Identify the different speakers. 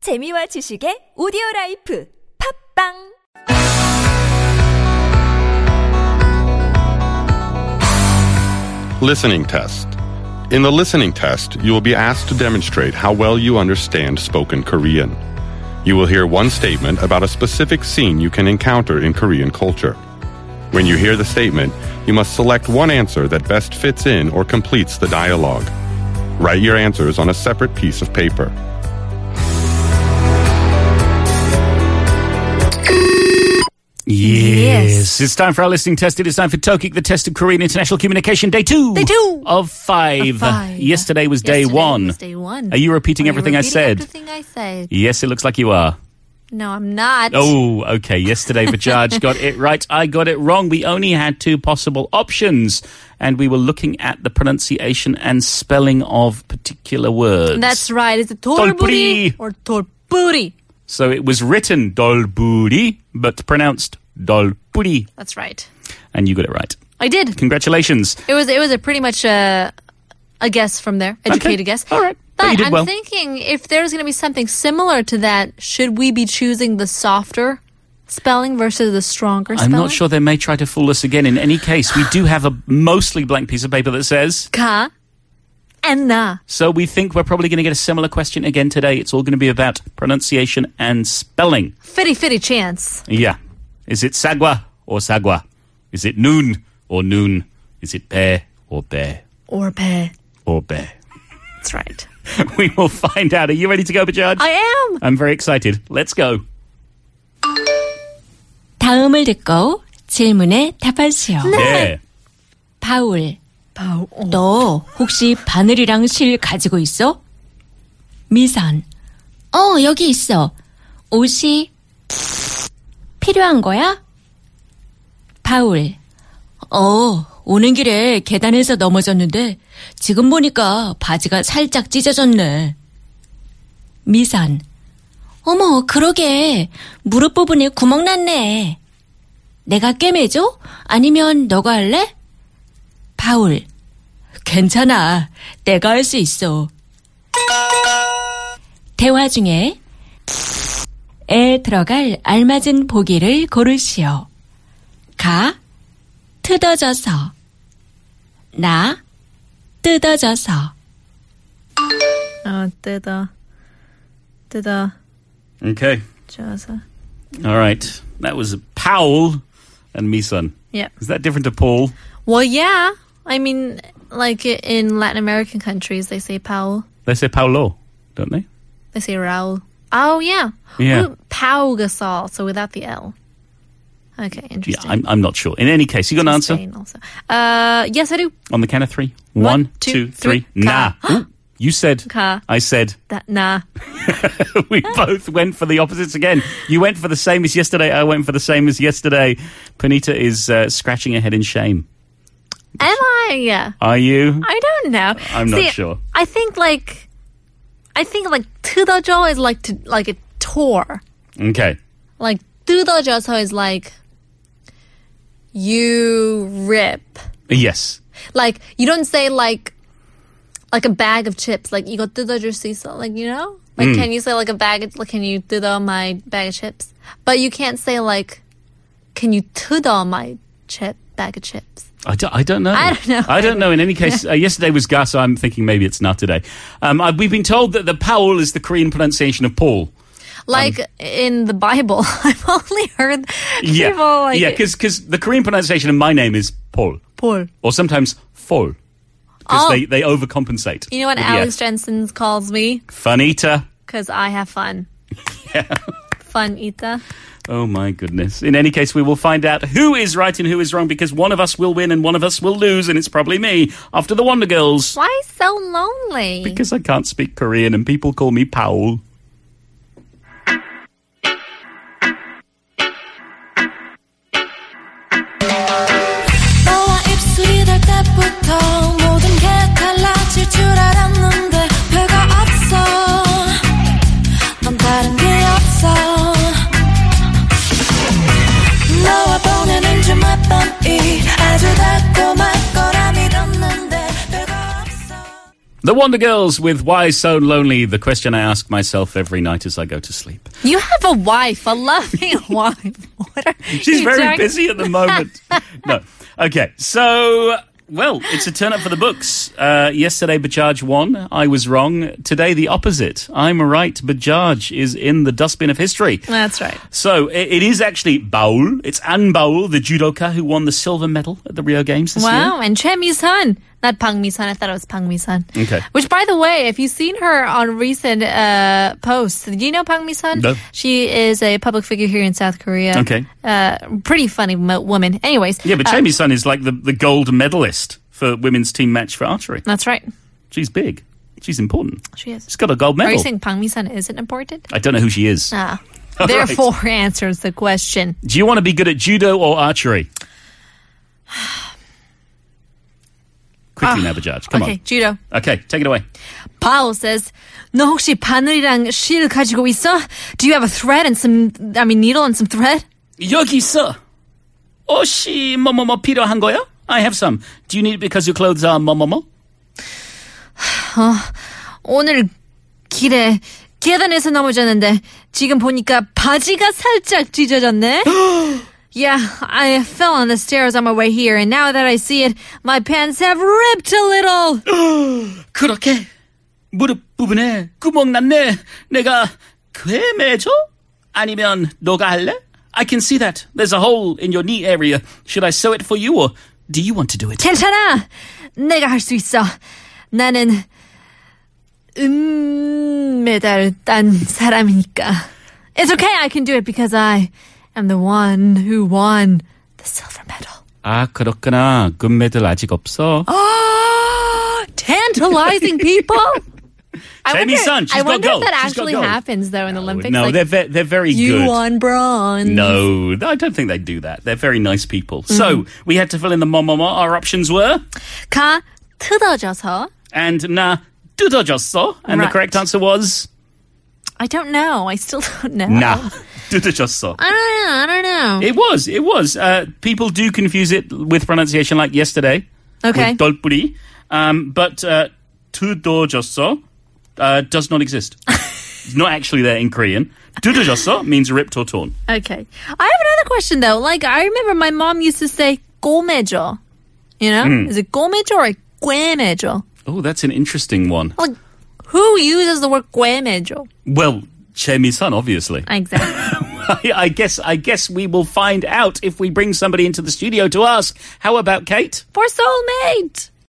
Speaker 1: 재미와 지식의 오디오 라이프 팝빵
Speaker 2: Listening Test. In the listening test, you will be asked to demonstrate how well you understand spoken Korean. You will hear one statement about a specific scene you can encounter in Korean culture. When you hear the statement, you must select one answer that best fits in or completes the dialogue. Write your answers on a separate piece of paper.
Speaker 3: Yes. It's time for our listening test. It is time for Tokik, the test of Korean International Communication, day two.
Speaker 4: Day two.
Speaker 3: Of five.
Speaker 4: Of five.
Speaker 3: Yesterday was day
Speaker 4: Yesterday
Speaker 3: one.
Speaker 4: was day one.
Speaker 3: Are you repeating
Speaker 4: Are you
Speaker 3: everything I
Speaker 4: repeating
Speaker 3: said?
Speaker 4: Everything I said.
Speaker 3: Yes, it looks like you are.
Speaker 4: No, I'm not.
Speaker 3: Oh, okay. Yesterday, Bajaj got it right. I got it wrong. We only had two possible options, and we were looking at the pronunciation and spelling of particular words.
Speaker 4: that's right. It's a
Speaker 3: Tolburi.
Speaker 4: tolburi or tolburi.
Speaker 3: so it was written dolburi, but pronounced dolburi,
Speaker 4: That's right.
Speaker 3: and you got it right.
Speaker 4: I did.
Speaker 3: Congratulations.
Speaker 4: It was it was a pretty much uh, a guess from there, educated guess.
Speaker 3: All right. But
Speaker 4: But,
Speaker 3: you did
Speaker 4: I'm
Speaker 3: well.
Speaker 4: thinking if there's going to be something similar to that, should we be choosing the softer spelling versus the stronger
Speaker 3: I'm
Speaker 4: spelling?
Speaker 3: not sure they may try to fool us again. In any case, we do have a mostly blank piece of paper that says,
Speaker 4: Ka and na.
Speaker 3: so we think we're probably going to get a similar question again today. It's all going to be about pronunciation and spelling.
Speaker 4: Fitty fitty chance.
Speaker 3: Yeah. Is it sagwa or sagwa? Is it noon or noon? Is it bear or bear
Speaker 4: Or pe.
Speaker 3: or bear?
Speaker 4: That's right.
Speaker 3: we will find out. Are you ready to go, Bajaj?
Speaker 4: I am.
Speaker 3: I'm very excited. Let's go.
Speaker 5: 다음을 듣고 질문에 답하시오.
Speaker 3: Yeah.
Speaker 5: 바울, 어.
Speaker 4: Oh, oh.
Speaker 5: 너 혹시 바늘이랑 실 가지고 있어? 미선, 어, 여기 있어. 옷이 필요한 거야? 바울, 어, 오는 길에 계단에서 넘어졌는데 지금 보니까 바지가 살짝 찢어졌네. 미선, 어머, 그러게. 무릎 부분에 구멍 났네. 내가 꿰매줘? 아니면 너가 할래? 바울. 괜찮아. 내가 할 수 있어. 대화 중에 에 들어갈 알맞은 보기를 고르시오. 가, 뜯어져서. 나, 뜯어져서.
Speaker 4: 어, 뜯어. 뜯어.
Speaker 3: Okay.
Speaker 4: 쪄서.
Speaker 3: All right. That was Powell and Misan.
Speaker 4: Yep.
Speaker 3: Is that different to Paul?
Speaker 4: Well, yeah. I mean, like i- in Latin American countries, they say Paul,
Speaker 3: They say Paulo, don't they?
Speaker 4: they say Raul. Oh, yeah.
Speaker 3: Yeah.
Speaker 4: Well, Pau Gasol, so without the L. Okay,
Speaker 3: Yeah,
Speaker 4: interesting.
Speaker 3: I'm, I'm not sure. In any case, you got an answer
Speaker 4: Spain also. Uh, yes, I do.
Speaker 3: on the count of three.
Speaker 4: One,
Speaker 3: One,
Speaker 4: two,
Speaker 3: two, three.
Speaker 4: three. Ka.
Speaker 3: Nah. Ooh, you said.
Speaker 4: Ka.
Speaker 3: I said.
Speaker 4: That, nah.
Speaker 3: we
Speaker 4: Ah.
Speaker 3: both went for the opposites again. You went for the same as yesterday. I went for the same as yesterday. Panita is uh, scratching her head in shame.
Speaker 4: Am I? Yeah.
Speaker 3: Are you?
Speaker 4: I don't know.
Speaker 3: I'm not sure.
Speaker 4: I think like, I think like 뜯어져 is like to like a tour.
Speaker 3: Okay.
Speaker 4: Like 뜯어져서 is like you rip.
Speaker 3: Yes.
Speaker 4: Like you don't say like like a bag of chips. Like you go 뜯어 your seesaw. Like you know. Like
Speaker 3: Mm.
Speaker 4: can you say like a bag? Of, like, can you 뜯어 my bag of chips? But you can't say like, can you 뜯어 my chip bag of chips?
Speaker 3: I don't, I don't know.
Speaker 4: I don't know.
Speaker 3: I don't know. In any case, uh, yesterday was Gus. so I'm thinking maybe it's not today. Um, I, we've been told that the Powell is the Korean pronunciation of Paul.
Speaker 4: Like
Speaker 3: Um.
Speaker 4: in the Bible, I've only heard people
Speaker 3: Yeah.
Speaker 4: like
Speaker 3: yeah, because the Korean pronunciation of my name is Paul.
Speaker 4: Paul.
Speaker 3: or sometimes fall because
Speaker 4: Oh.
Speaker 3: they, they overcompensate.
Speaker 4: You know what
Speaker 3: with the
Speaker 4: Alex
Speaker 3: F.
Speaker 4: Jensen calls me?
Speaker 3: Funita.
Speaker 4: Because I have fun. Fun Ita.
Speaker 3: Oh my goodness. In any case, we will find out who is right and who is wrong because one of us will win and one of us will lose, and it's probably me after the Wonder Girls.
Speaker 4: Why so lonely?
Speaker 3: Because I can't speak Korean and people call me Paul.
Speaker 6: 너와 입술이 닿을 때부터 모든 게 달라질 줄 알았는데 별거 없어 넌 다른 게 없어 너와 보내는 주말 밤이 아주 달콤할 거라 믿었는데 별거 없어
Speaker 3: The Wonder Girls with Why So Lonely, the question I ask myself every night as I go to sleep.
Speaker 4: You have a wife, a loving wife. What are
Speaker 3: She's
Speaker 4: you
Speaker 3: very
Speaker 4: talking-
Speaker 3: busy at the moment. no. Okay. So, well, it's a turn up for the books. Uh, yesterday, Bajaj won. I was wrong. Today, the opposite. I'm right. Bajaj is in the dustbin of history.
Speaker 4: That's right.
Speaker 3: So it, it is actually Baul. It's Anne Baul, the judoka who won the silver medal at the Rio Games this
Speaker 4: Wow, and Choi Mi-sun, not Pang Mi-sun. I thought it was Pang Mi-sun.
Speaker 3: Okay.
Speaker 4: Which, by the way, if you've seen her on recent uh, posts, do you know Pang Mi-sun?
Speaker 3: No.
Speaker 4: She is a public figure here in South Korea.
Speaker 3: Okay.
Speaker 4: Uh, pretty funny mo- woman. Anyways.
Speaker 3: year. Yeah, but
Speaker 4: uh,
Speaker 3: Jamie Sun is like the, the gold medalist for women's team match for archery.
Speaker 4: That's right.
Speaker 3: She's big. She's important.
Speaker 4: She is.
Speaker 3: She's got a gold
Speaker 4: Are you
Speaker 3: medal.
Speaker 4: saying Pang Mi-sun isn't important?
Speaker 3: I don't know who she is.
Speaker 4: Ah.
Speaker 3: All right.
Speaker 4: Therefore, answers the question.
Speaker 3: Do you want to be good at judo or archery? Quickly now, Bajaj. Come
Speaker 4: okay, judo.
Speaker 3: on. Okay, take it away.
Speaker 4: Paul says, "너 혹시 바늘이랑 실 가지고 있어? Do you have a thread and some, I mean, needle and some thread?"
Speaker 3: 여기 있어. 옷이 뭐뭐뭐 필요한 거야? I have some. Do you need it because your clothes are 뭐뭐뭐?
Speaker 4: 오늘 길에 계단에서 넘어졌는데 지금 보니까 바지가 살짝 찢어졌네. Yeah, I fell on the stairs on my way here, and now that I see it, my pants have ripped a little.
Speaker 3: 그렇게 무릎 부분에 구멍 났네. 내가 괴매죠? 아니면 너가 할래? I can see that. There's a hole in your knee area. Should I sew it for you or do you want to do it?
Speaker 4: 괜찮아, 내가 할 수 있어. 나는 은메달 딴 사람이니까. It's okay, I can do it because I am the one who won the silver medal.
Speaker 3: 아, 그렇구나. 금메달 아직 없어.
Speaker 4: tantalizing people. I
Speaker 3: Jamie
Speaker 4: wonder,
Speaker 3: Sun, she's
Speaker 4: I
Speaker 3: got
Speaker 4: wonder
Speaker 3: gold.
Speaker 4: if that
Speaker 3: She's got
Speaker 4: actually
Speaker 3: gold.
Speaker 4: happens though in the Olympics.
Speaker 3: no,
Speaker 4: like,
Speaker 3: they're, ve- they're very
Speaker 4: you
Speaker 3: good.
Speaker 4: won bronze.
Speaker 3: No, I don't think they do that. They're very nice people.
Speaker 4: Mm-hmm.
Speaker 3: So we had to fill in the 뭐뭐뭐. Our options were
Speaker 4: 가 뜯어져서.
Speaker 3: and 나 뜯어졌어. And the
Speaker 4: Right.
Speaker 3: correct answer was
Speaker 4: I don't know. I still don't know.
Speaker 3: 나 뜯어졌어.
Speaker 4: I don't know. I don't know.
Speaker 3: It was. It was. Uh, people do confuse it with pronunciation, like yesterday.
Speaker 4: Okay.
Speaker 3: With dolpuri, um, but uh, tudojoso uh, does not exist. it's not actually there in Korean. Tudojoso means ripped or torn.
Speaker 4: Okay. I have another question though. Like I remember my mom used to say "gomejo." You know, is it "gomejo" or "guemejo"?
Speaker 3: Oh, that's an interesting one.
Speaker 4: Like who uses the word "guemejo"?
Speaker 3: Well, Chemi-san, obviously.
Speaker 4: Exactly.
Speaker 3: I, I guess. I guess we will find out if we bring somebody into the studio to ask. How about Kate?
Speaker 4: For soulmate.